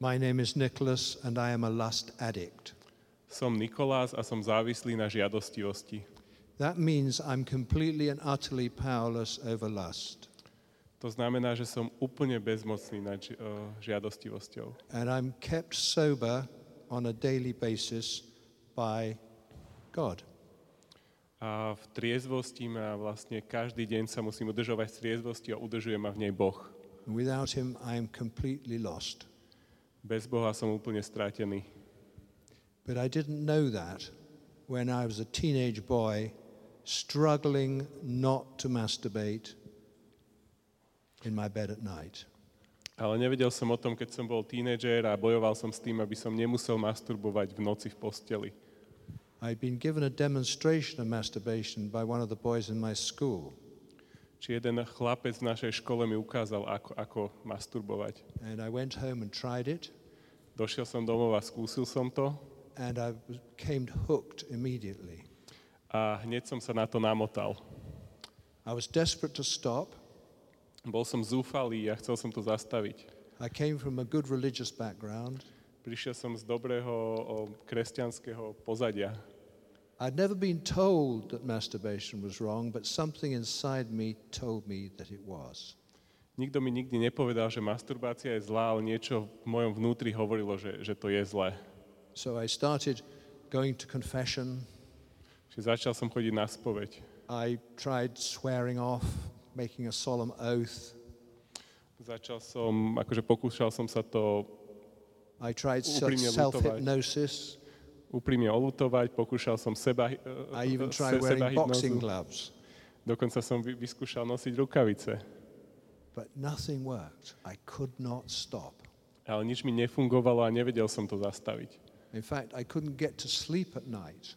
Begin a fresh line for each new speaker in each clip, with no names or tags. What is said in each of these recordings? My name is Nicholas, and I am a lust addict.
Som Nikolás a som závislý na žiadostivosti.
That means I'm completely and utterly powerless over lust,
To znamená, že som úplne bezmocný nad ži- eh, žiadostivosťou.
and I'm kept sober on a daily basis by God.
A v triezvosti ma vlastne každý deň sa musím udržovať v triezvosti a udržuje ma v nej Boh.
And without Him, I am completely lost.
Bez Boha som úplne strátený.
But I didn't know that when I was a teenage boy struggling not to masturbate in my bed at night.
Ale nevedel som o tom, keď som bol tínedžer a bojoval som s tým, aby som nemusel masturbovať v noci v posteli.
I'd been given a demonstration of masturbation by one of the boys in my school,
Či jeden chlapec v našej škole mi ukázal, ako, ako masturbovať.
and I went home and tried it,
Došiel som domov a skúsil som to
and I was- became hooked immediately.
a hneď som sa na to namotal.
I was desperate to stop.
Bol som zúfalý a chcel som to zastaviť.
I came from a good religious background.
Prišiel som z dobrého o, kresťanského pozadia.
I'd never been told that masturbation was wrong, but something inside me told me that it was.
Nikto mi nikdy nepovedal, že masturbácia je zlá, ale niečo v mojom vnútri hovorilo, že, že to je zlé.
So I started going to confession.
Čiže začal som chodiť na spoveď.
I tried swearing off, making a solemn oath.
Začal som, akože pokúšal som sa to
I tried
Uprímne ľutovať.
self hypnosis.
úprimne olutovať, pokúšal som seba, eh,
I even
se-
tried wearing
sebahypnózu.
boxing gloves.
Dokonca som vy- vyskúšal nosiť rukavice.
But nothing worked. I could not stop.
Ale nič mi nefungovalo a nevedel som to zastaviť.
In fact, I couldn't get to sleep at night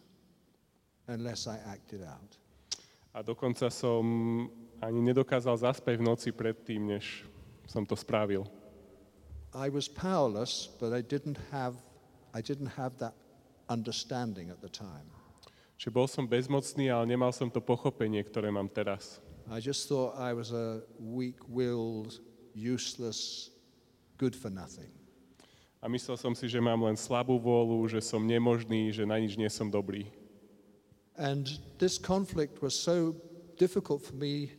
unless I acted out.
A dokonca som ani nedokázal zaspať v noci predtým, než som to spravil.
I was powerless, but I didn't have, I didn't have that understanding at the time.
Čiže bol som bezmocný, ale nemal som to pochopenie, ktoré mám teraz.
I just thought I was a weak willed, useless, good for nothing.
A myslel som si, že mám len slabú vôľu, že som nemožný, že na nič nie som dobrý.
And this conflict was so difficult for me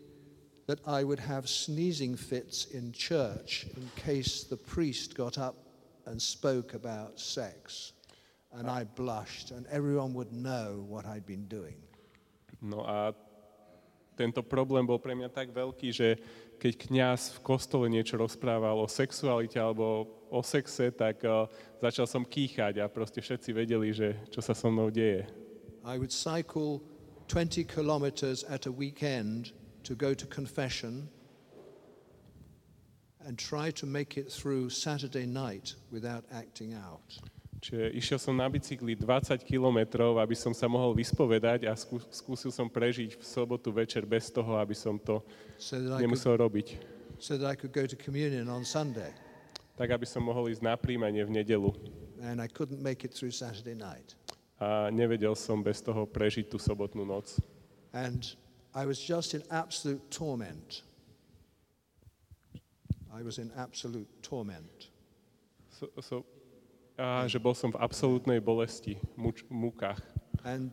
that I would have sneezing fits in church in case the priest got up and spoke about sex. And I blushed, and everyone would know what I'd been doing.
No a tento problém bol pre mňa tak veľký, že keď kňaz v kostole niečo rozprával o sexualite alebo o sexe, tak eh, začal som kýchať a proste všetci vedeli, že čo sa so mnou deje.
I would cycle 20 kilometers at a weekend to go to confession and try to make it through Saturday night without acting out.
Čiže išiel som na bicykli 20 kilometrov, aby som sa mohol vyspovedať a skú- skúsil som prežiť v sobotu večer bez toho, aby som to
So that, I could,
nemusel robiť.
so that I could go to communion on Sunday.
Tak, aby som mohol ísť na príjmanie v nedelu.
and I couldn't make it through Saturday night.
A nevedel som bez toho prežiť tú sobotnú noc.
And I was just in absolute torment. I was in absolute torment.
So, so, a, že bol som v absolútnej bolesti, muč, múkach.
And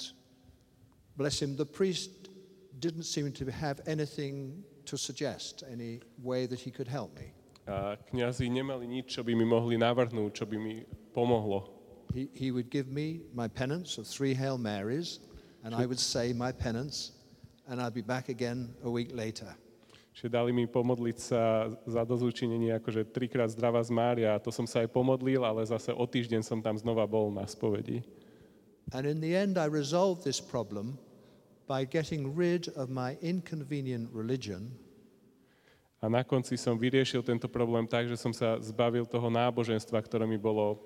bless him, the priest didn't seem to have anything to suggest, any way that he could help me.
A kňazi nemali nič, čo by mi mohli navrhnúť, čo by mi pomohlo.
He, he would give me my penance of three Hail Marys, and I would say my penance, and I'd be back again a week later.
Čiže dali mi pomodliť sa za dozúčinenie akože trikrát zdravá z Mária. A To som sa aj pomodlil, ale zase o týždeň som tam znova bol na spovedi.
And in the end, I resolved this problem by getting rid of my inconvenient religion
A na konci som vyriešil tento problém tak, že som sa zbavil toho náboženstva, ktoré mi bolo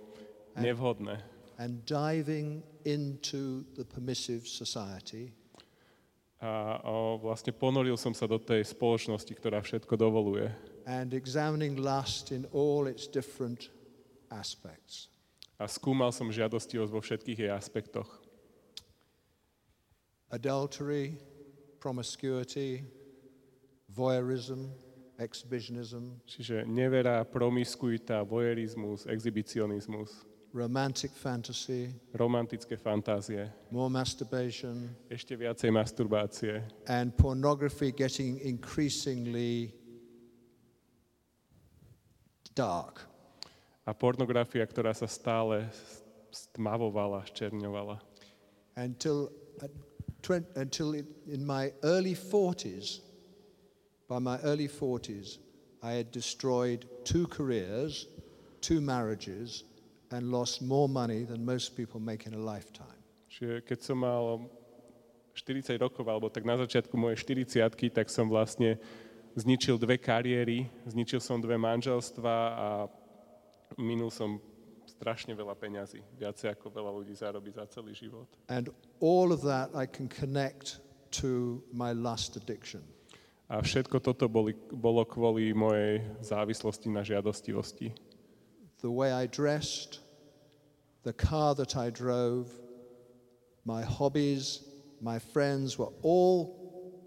nevhodné.
and diving into the permissive society
A o, vlastne ponoril som sa do tej spoločnosti, ktorá všetko dovoluje.
and examining lust in all its different aspects.
A skúmal som žiadostivosť vo všetkých jej aspektoch.
Adultery, promiscuity, voyeurism, exhibitionism,
Čiže nevera, promiskuita, voyerizmus, exhibicionizmus,
romantic fantasy,
romantické fantázie,
more masturbation,
ešte viacej masturbácie
and pornography getting increasingly dark.
a pornografia, ktorá sa stále s- stmavovala, ščerňovala.
until, at twen- until in, in my early 40s, by my early 40s, I had destroyed two careers, two marriages, and lost more money than most people make in a lifetime.
Čiže keď som mal 40 rokov, alebo tak na začiatku mojej 40 tak som vlastne zničil dve kariéry, zničil som dve manželstva a minul som strašne veľa peňazí, viacej ako veľa ľudí zarobí za celý život.
And all of that I can connect to my lust addiction.
A všetko toto boli, bolo kvôli mojej závislosti na žiadostivosti.
The way I dressed, the car that I drove, my hobbies, my friends were all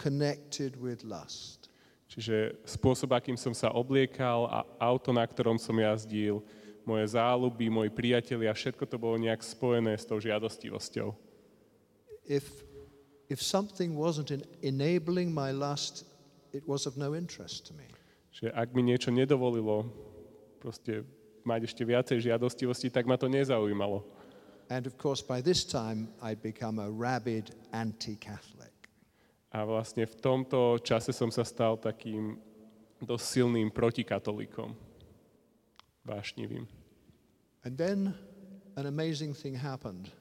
connected with lust.
Čiže spôsob, akým som sa obliekal a auto, na ktorom som jazdil, moje záľuby, moji priatelia, všetko to bolo nejak spojené s tou žiadostivosťou.
if if something wasn't in enabling my lust, it was of no interest to me.
Že ak mi niečo nedovolilo proste mať ešte viacej žiadostivosti, tak ma to nezaujímalo.
And of course, by this time, I'd become a rabid anti-Catholic.
A vlastne v tomto čase som sa stal takým dosť silným protikatolíkom. Vášnivým.
And then an amazing thing happened.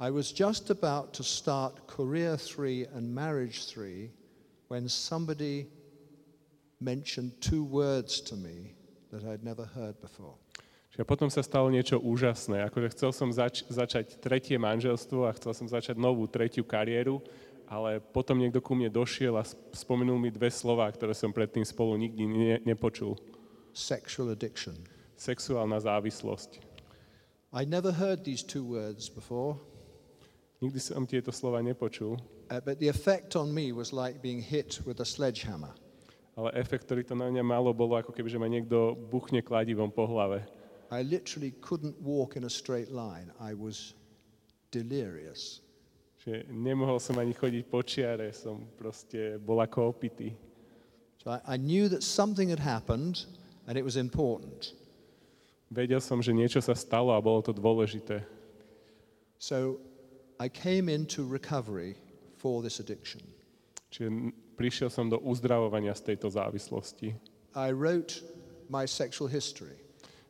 I was just about to start Career 3 and Marriage 3 when somebody mentioned two words to me that I'd never heard before.
Čiže potom sa stalo niečo úžasné. Akože chcel som zač- začať tretie manželstvo a chcel som začať novú, tretiu kariéru, ale potom niekto ku mne došiel a sp- spomenul mi dve slova, ktoré som predtým spolu nikdy ne- nepočul.
Sexual addiction.
Sexuálna závislosť.
I never heard these two words before.
Nikdy som tieto slova nepočul,
Uh, but the effect on me was like being hit with a sledgehammer.
ale efekt, ktorý to na mňa malo, bolo ako keby, že ma niekto buchne kladivom po hlave.
I literally couldn't walk in a straight line. I was delirious.
Že nemohol som ani chodiť po čiare, som proste bol ako opitý.
So I, I knew that something had happened and it was important.
Vedel som, že niečo sa stalo a bolo to dôležité.
So I came into recovery for this addiction.
Čiže n- prišiel som do uzdravovania z tejto závislosti.
I wrote my sexual history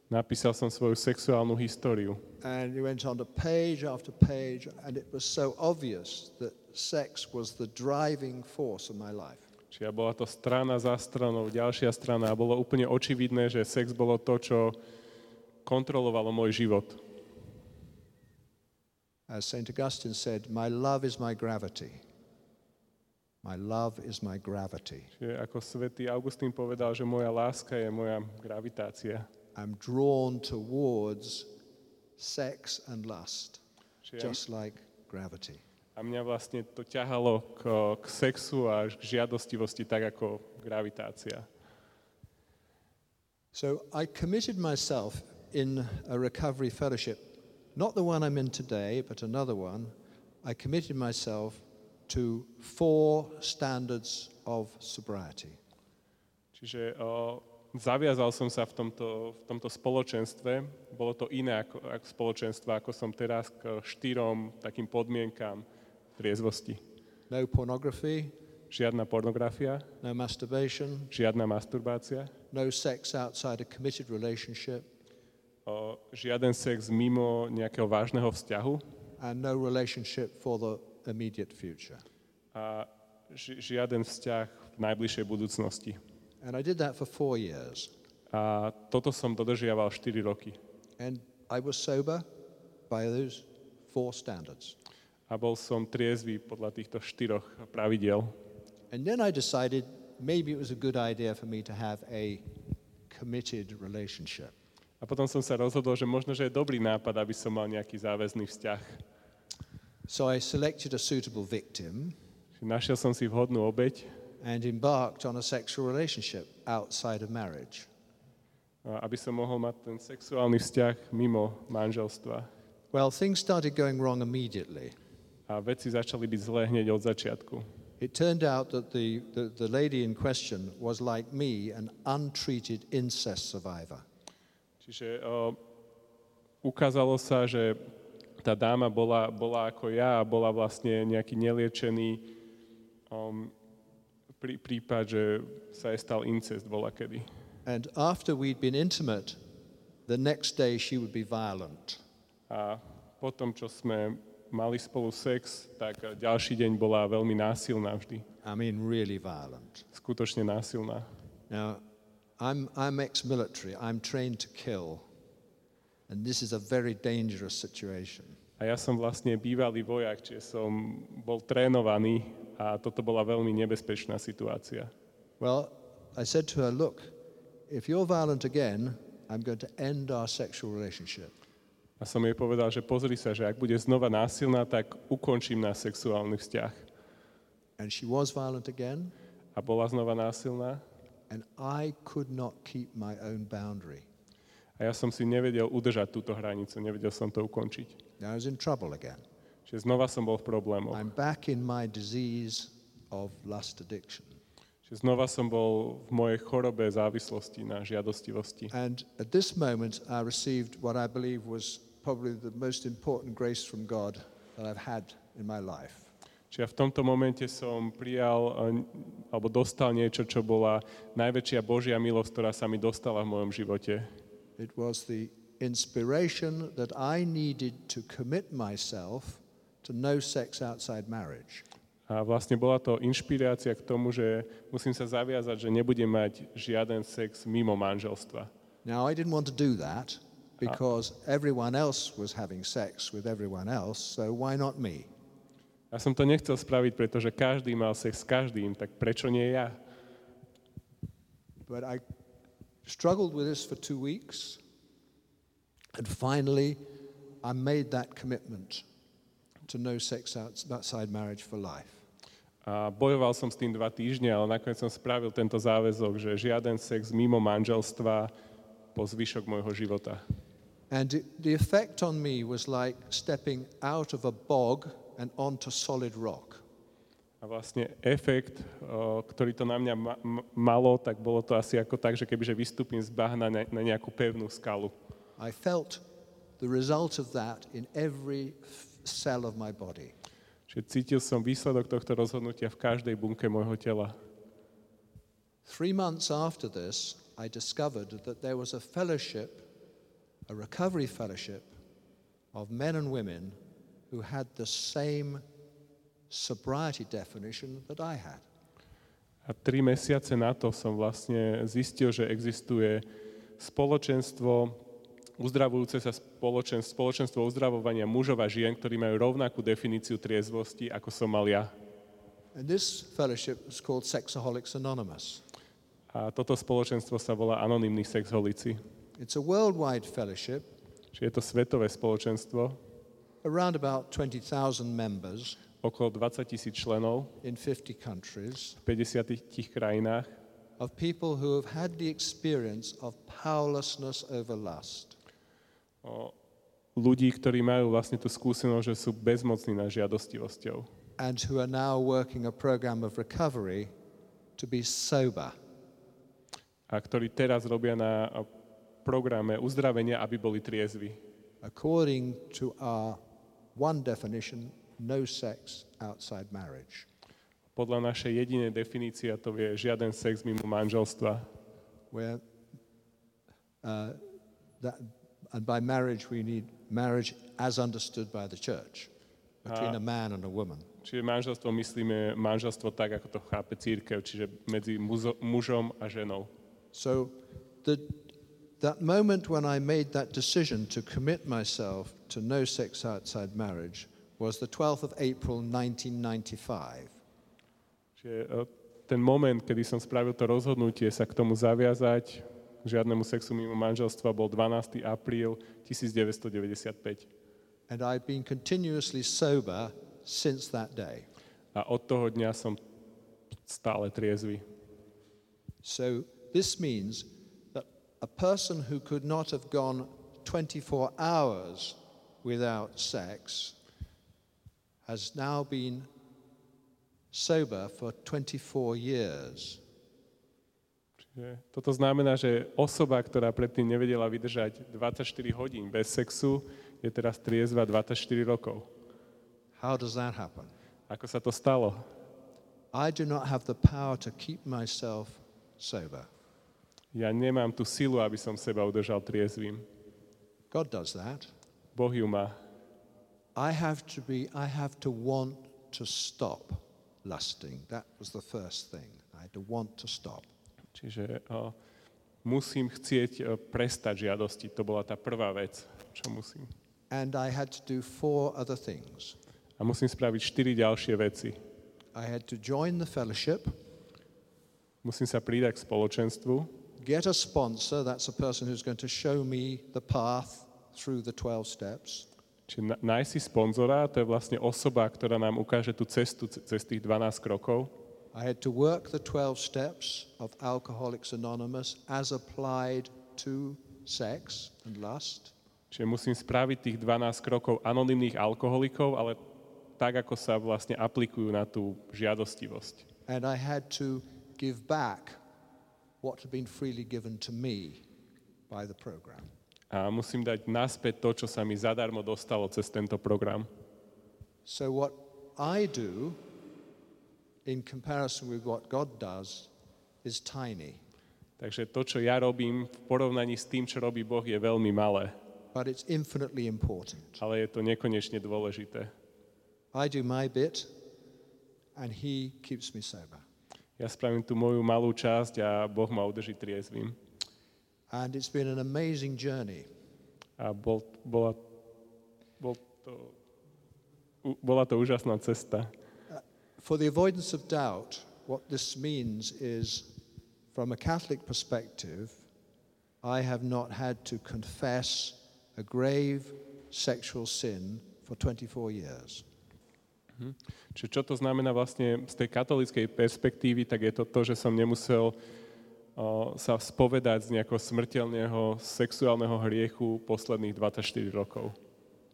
Napísal som svoju sexuálnu históriu.
and it went on to page after page and it was so obvious that sex was the driving force of my life.
Čiže bola to strana za stranou, ďalšia strana a bolo úplne očividné, že sex bolo to, čo kontrolovalo môj život.
As St. Augustine said, My love is my gravity. My love is my gravity.
Čiže ako svätý Augustín povedal, že moja láska je moja gravitácia.
I'm drawn towards sex and lust,
Čiže
just like gravity.
a mňa vlastne to ťahalo k, k sexu a k žiadostivosti tak ako gravitácia.
So I committed myself in a recovery fellowship, not the one I'm in today, but another one. I committed myself to four standards of sobriety.
Čiže o, zaviazal som sa v tomto, v tomto spoločenstve. Bolo to iné ako, ako spoločenstvo, ako som teraz k štyrom takým podmienkam triezvosti.
No pornography,
Žiadna pornografia,
no masturbation,
žiadna masturbácia,
no sex outside a committed relationship,
o, žiaden sex mimo nejakého vážneho vzťahu
and no relationship for the immediate future.
a ži, žiaden vzťah v najbližšej budúcnosti.
And I did that for four years.
A toto som dodržiaval 4 roky.
And I was sober by those four standards.
A bol som triezvy podľa týchto štyroch pravidiel.
And then I decided maybe it was a good idea for me to have a committed relationship.
A potom som sa rozhodol, že možno, že je dobrý nápad, aby som mal nejaký záväzný vzťah.
So I selected a suitable victim
Našiel som si vhodnú obeď
and embarked on a sexual relationship outside of marriage.
a- aby som mohol mať ten sexuálny vzťah mimo manželstva.
Well, things started going wrong immediately.
A veci začali byť zlé hneď od začiatku.
It turned out that the, the, the lady in question was, like me, an untreated incest survivor.
Čiže o, ukázalo sa, že tá dáma bola, bola ako ja a bola vlastne nejaký neliečený um, prí, prípad, že sa jej stal incest bola kedy.
And after we'd been intimate, the next day she would be violent.
A potom, čo sme mali spolu sex, tak e, ďalší deň bola veľmi násilná vždy.
I mean, really violent.
Skutočne násilná.
Now, I'm, I'm ex military, I'm trained to kill. And this is a very dangerous situation.
A ja som vlastne bývalý vojak, čiže som bol trénovaný a toto bola veľmi nebezpečná situácia.
Well, I said to her, Look, if you're violent again, I'm going to end our sexual relationship.
A som jej povedal, že pozri sa, že ak bude znova násilná, tak ukončím náš sexuálny vzťah.
And she was violent again,
A bola znova násilná
and I could not keep my own boundary.
a ja som si nevedel udržať túto hranicu, nevedel som to ukončiť.
Now I was in trouble again.
Čiže znova som bol v problémoch.
I'm back in my disease of lust addiction.
Čiže znova som bol v mojej chorobe závislosti na žiadostivosti.
And at this moment, I received what I believe was probably the most important grace from God that I've had in my life.
Čiže ja v tomto momente som prijal eh, alebo dostal niečo, čo bola najväčšia Božia milosť, ktorá sa mi dostala v mojom živote.
It was the inspiration that I needed to commit myself to no sex outside marriage.
A vlastne bola to inšpirácia k tomu, že musím sa zaviazať, že nebudem mať žiaden sex mimo manželstva.
Now, I didn't want to do that because everyone else was having sex with everyone else, so why not me?
Ja som to nechcel spraviť, pretože každý mal sex s každým, tak prečo nie ja?
But I struggled with this for two weeks, and finally, I made that commitment to no sex outs- outside marriage for life.
A bojoval som s tým dva týždne, ale nakoniec som spravil tento záväzok, že žiaden sex mimo manželstva po zvyšok môjho života.
And it, the effect on me was like stepping out of a bog and onto solid rock.
A vlastne efekt, o, ktorý to na mňa ma- m- malo, tak bolo to asi ako tak, že kebyže vystúpim z bahna na, na nejakú pevnú skalu.
I felt the result of that in every f- cell of my body.
Čiže cítil som výsledok tohto rozhodnutia v každej bunke môjho tela.
Three months after this, I discovered that there was a fellowship, a recovery fellowship of men and women who had the same sobriety definition that I had.
A tri mesiace na to som vlastne zistil, že existuje spoločenstvo, uzdravujúce sa spoločenstvo, spoločenstvo uzdravovania mužov a žien, ktorí majú rovnakú definíciu triezvosti, ako som mal ja.
And this fellowship was called Sexaholics Anonymous.
A toto spoločenstvo sa volá Anonymní sexholici.
It's a worldwide fellowship,
Čiže je to svetové spoločenstvo,
around about 20,000 members
okolo 20 tisíc členov
in 50 countries,
v 50 tých krajinách,
of people who have had the experience of powerlessness over lust.
o ľudí, ktorí majú vlastne tú skúsenosť, že sú bezmocní nad žiadostivosťou.
and who are now working a program of recovery to be sober.
a ktorí teraz robia na a, programe uzdravenia, aby boli triezvi.
According to our one definition, no sex outside marriage.
Podľa našej jedinej definície a to je žiaden sex mimo manželstva.
Where, uh, that, and by marriage, we need marriage as understood by the church, between a
Ah.
man and a woman.
Čiže manželstvo myslíme manželstvo tak, ako to chápe církev, čiže medzi muzo- mužom a ženou.
So the, that moment when I made that decision to commit myself to no sex outside marriage was the 12th of April 1995.
Čiže e, ten moment, kedy som spravil to rozhodnutie sa k tomu zaviazať, k žiadnemu sexu mimo manželstva, bol 12. apríl 1995.
And I've been continuously sober since that day.
A od toho dňa som stále triezvy.
So this means that a person who could not have gone 24 hours without sex has now been sober for 24 years.
Čiže toto znamená, že osoba, ktorá predtým nevedela vydržať 24 hodín bez sexu, je teraz triezva 24 rokov.
How does that happen?
Ako sa to stalo?
I do not have the power to keep myself sober.
Ja nemám tú silu, aby som seba udržal triezvým.
God does that.
Boh ju má.
I have to be I have to want to stop lusting. That was the first thing. I had to want to stop.
Čiže o, musím chcieť o, prestať žiadosti. To bola tá prvá vec, čo musím.
And I had to do four other things.
A musím spraviť štyri ďalšie veci.
I had to join the fellowship,
Musím sa pridať k spoločenstvu,
get a sponsor, that's a person who's going to show me the path through the 12 steps,
čiže na- nájsť si sponzora, to je vlastne osoba, ktorá nám ukáže tú cestu ce- cez tých 12 krokov.
I had to work the 12 steps of Alcoholics Anonymous as applied to sex and lust.
Čiže musím spraviť tých 12 krokov anonimných alkoholikov, ale tak, ako sa vlastne aplikujú na tú žiadostivosť.
And I had to give back what had been freely given to me by the program.
A musím dať naspäť to, čo sa mi zadarmo dostalo cez tento program.
So, what I do in comparison with what God does is tiny,
Takže to, čo ja robím v porovnaní s tým, čo robí Boh, je veľmi malé,
but it's infinitely important.
ale je to nekonečne dôležité.
I do my bit, and He keeps me sober.
Ja spravím tú moju malú časť a Boh ma udrží triezvým.
And it's been an amazing journey.
A bol, bola, bol to, u, bola to úžasná cesta.
For the avoidance of doubt, what this means is, from a Catholic perspective, I have not had to confess a grave sexual sin for 24 years.
Čiže čo to znamená vlastne z tej katolíckej perspektívy, tak je to to, že som nemusel o, sa spovedať z nejakého smrteľného sexuálneho hriechu posledných 24 rokov.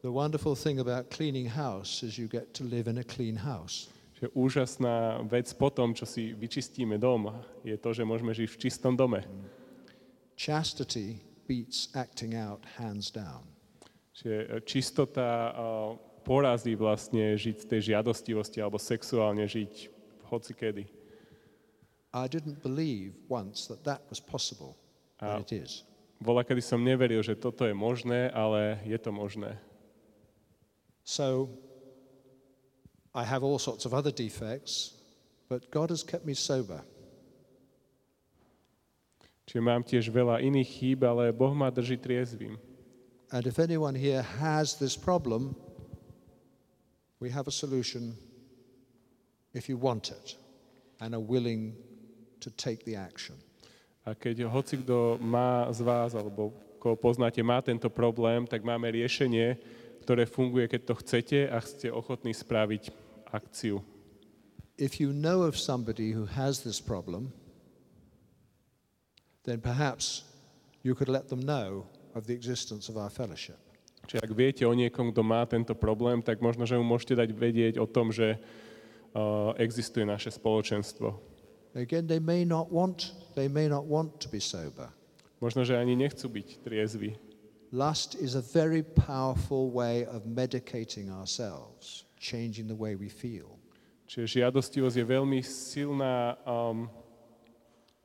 The wonderful thing about cleaning house is you get to live in a clean house.
Čiže úžasná vec po tom, čo si vyčistíme dom, je to, že môžeme žiť v čistom dome.
Chastity beats acting out hands down.
Čiže e, čistota a, porazí vlastne žiť z tej žiadostivosti alebo sexuálne žiť hocikedy.
I didn't believe once that that was possible,
Ah.
and it is.
Bola, kedy som neveril, že toto je možné, ale je to možné.
So I have all sorts of other defects, but God has kept me sober.
Čiže mám tiež veľa iných chýb, ale Boh ma drží triezvým.
And if anyone here has this problem, we have a solution if you want it and are willing to take the action.
A keď hoci kto má z vás, alebo koho poznáte, má tento problém, tak máme riešenie, ktoré funguje, keď to chcete a ste ochotní spraviť akciu.
If you know of somebody who has this problem, then perhaps you could let them know of the existence of our fellowship.
Čiže ak viete o niekom, kto má tento problém, tak možno, že mu môžete dať vedieť o tom, že uh, existuje naše spoločenstvo.
Again, they may not want, they may not want to be sober.
Možno, že ani nechcú byť triezvi.
Lust is a very powerful way of medicating ourselves, changing the way we feel.
Čiže žiadostivosť je veľmi silná, um,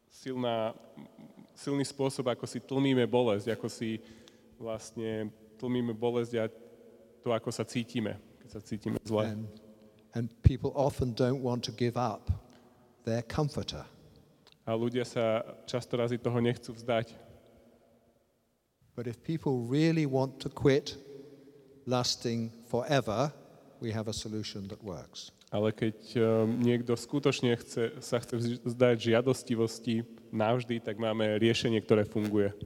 silná, silný spôsob, ako si tlmíme bolesť, ako si vlastne tlmíme bolesť a to, ako sa cítime, keď sa cítime zle.
And, and people often don't want to give up their comforter.
A ľudia sa často razy toho nechcú vzdať.
But if people really want to quit lusting forever, we have a solution that works.
Ale keď um, niekto skutočne chce, sa chce vzdať žiadostivosti navždy, tak máme riešenie, ktoré funguje.